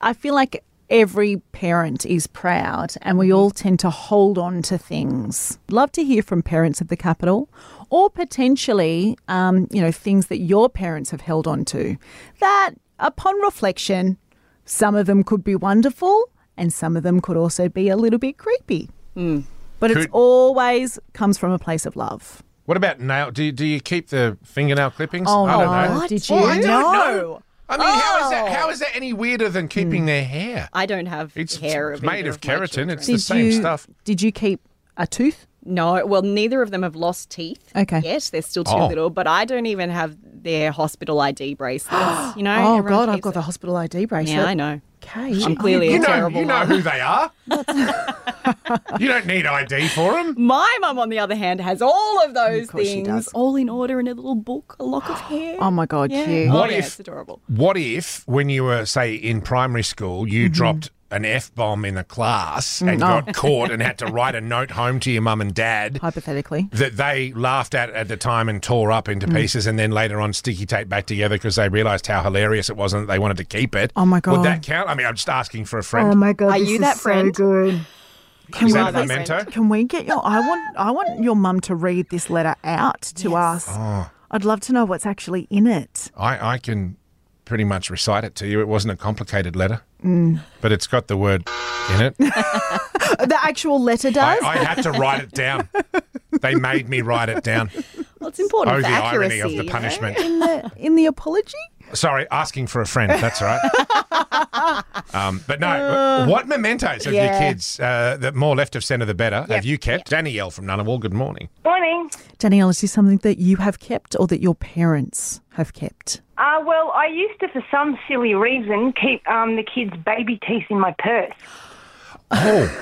I feel like every parent is proud and we all tend to hold on to things. Love to hear from parents of the capital or potentially, um, you know, things that your parents have held on to that upon reflection, some of them could be wonderful and some of them could also be a little bit creepy. But it's Could- always comes from a place of love. What about nail? Do you, do you keep the fingernail clippings? Oh, I don't no. know. Did Oh, you? I don't know. No. I mean, how is that? How is that any weirder than keeping their hair? I don't have It's hair. it's of made either of my keratin. children. It's the same you, stuff. Did you keep a tooth? No, well, neither of them have lost teeth. Okay. Yes, they're still too Oh. little, but I don't even have their hospital ID bracelets. You know? Oh, everyone God, I've keeps got the it. hospital ID bracelet. Yeah, I know. Okay. I'm clearly You a know, terrible you know mum. who they are. you don't need ID for them. My mum, on the other hand, has all of those course she things, does. all in order in a little book, a lock of hair. Oh, my God, yeah. cute. Oh, What yeah, if- it's adorable. What if, when you were say in primary school, you dropped an f bomb in a class and got caught and had to write a note home to your mum and dad? Hypothetically. that they laughed at at the time and tore up into pieces and then later on sticky tape back together because they realized how hilarious it was and they wanted to keep it. Oh, my God. Would that count? I mean, I'm just asking for a friend. Oh my god, Are this you is that so friend? good. Can Is we, that a Well, they memento? can we get your? I want I want your mum to read this letter out to us. I'd love to know what's actually in it. I, I can pretty much recite it to you. It wasn't a complicated letter, but it's got the word in it. The actual letter I, does. I had to write it down. They made me write it down. Well, it's important Oh, for the irony accuracy. of the you know? punishment. in the in the apology. Sorry, asking for a friend. That's all right. um, but no, Uh, what mementos have your yeah. kids? Uh, the more left of centre, the better. Have you kept? Danielle from Ngunnawal, good morning. Morning. Danielle, is this something that you have kept or that your parents have kept? Uh, well, I used to, for some silly reason, keep um, the kids' baby teeth in my purse. Oh,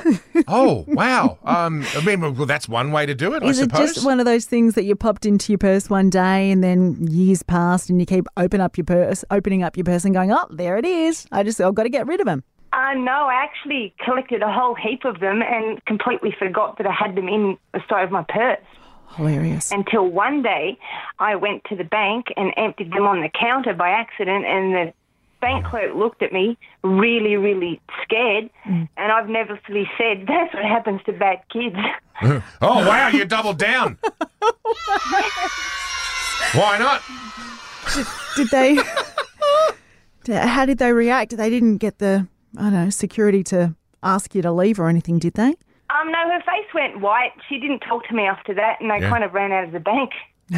oh, wow. Um, I mean, well, that's one way to do it, Is it I suppose. just one of those things that you popped into your purse one day and then years passed and you keep open up your purse, opening up your purse and going, oh, there it is. I just I've got to get rid of them. Uh, no, I actually collected a whole heap of them and completely forgot that I had them in the side of my purse Hilarious. until one day I went to the bank and emptied them on the counter by accident, and the bank clerk looked at me really, really scared, and I've never really said that's what happens to bad kids. Oh, wow, you doubled down. Why not? Did they? d- how did they react? They didn't get the I don't know security to ask you to leave or anything, did they? Um, no, her face went white. She didn't talk to me after that, and I Yeah. kind of ran out of the bank.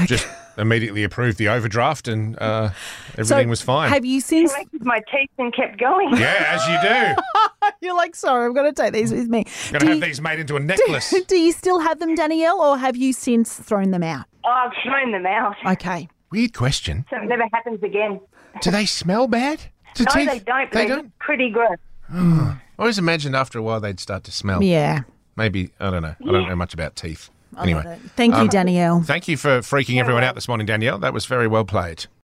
Just immediately approved the overdraft and uh, everything was fine. Have you since? collected my teeth and kept going. yeah, as you do. You're like, sorry, I'm going to take these with me. Gonna Do have you- these made into a necklace. Do you still have them, Danielle, or have you since thrown them out? Oh, I've thrown them out. Okay. Weird question. So it never happens again. Do they smell bad? Do No, teeth- they don't. But They they don't. look pretty gross. I always imagined after a while they'd start to smell. Yeah. Maybe I don't know. I don't know much about teeth. Anyway, Um, Thank you, Danielle. thank you for freaking everyone out this morning, Danielle. That was very well played.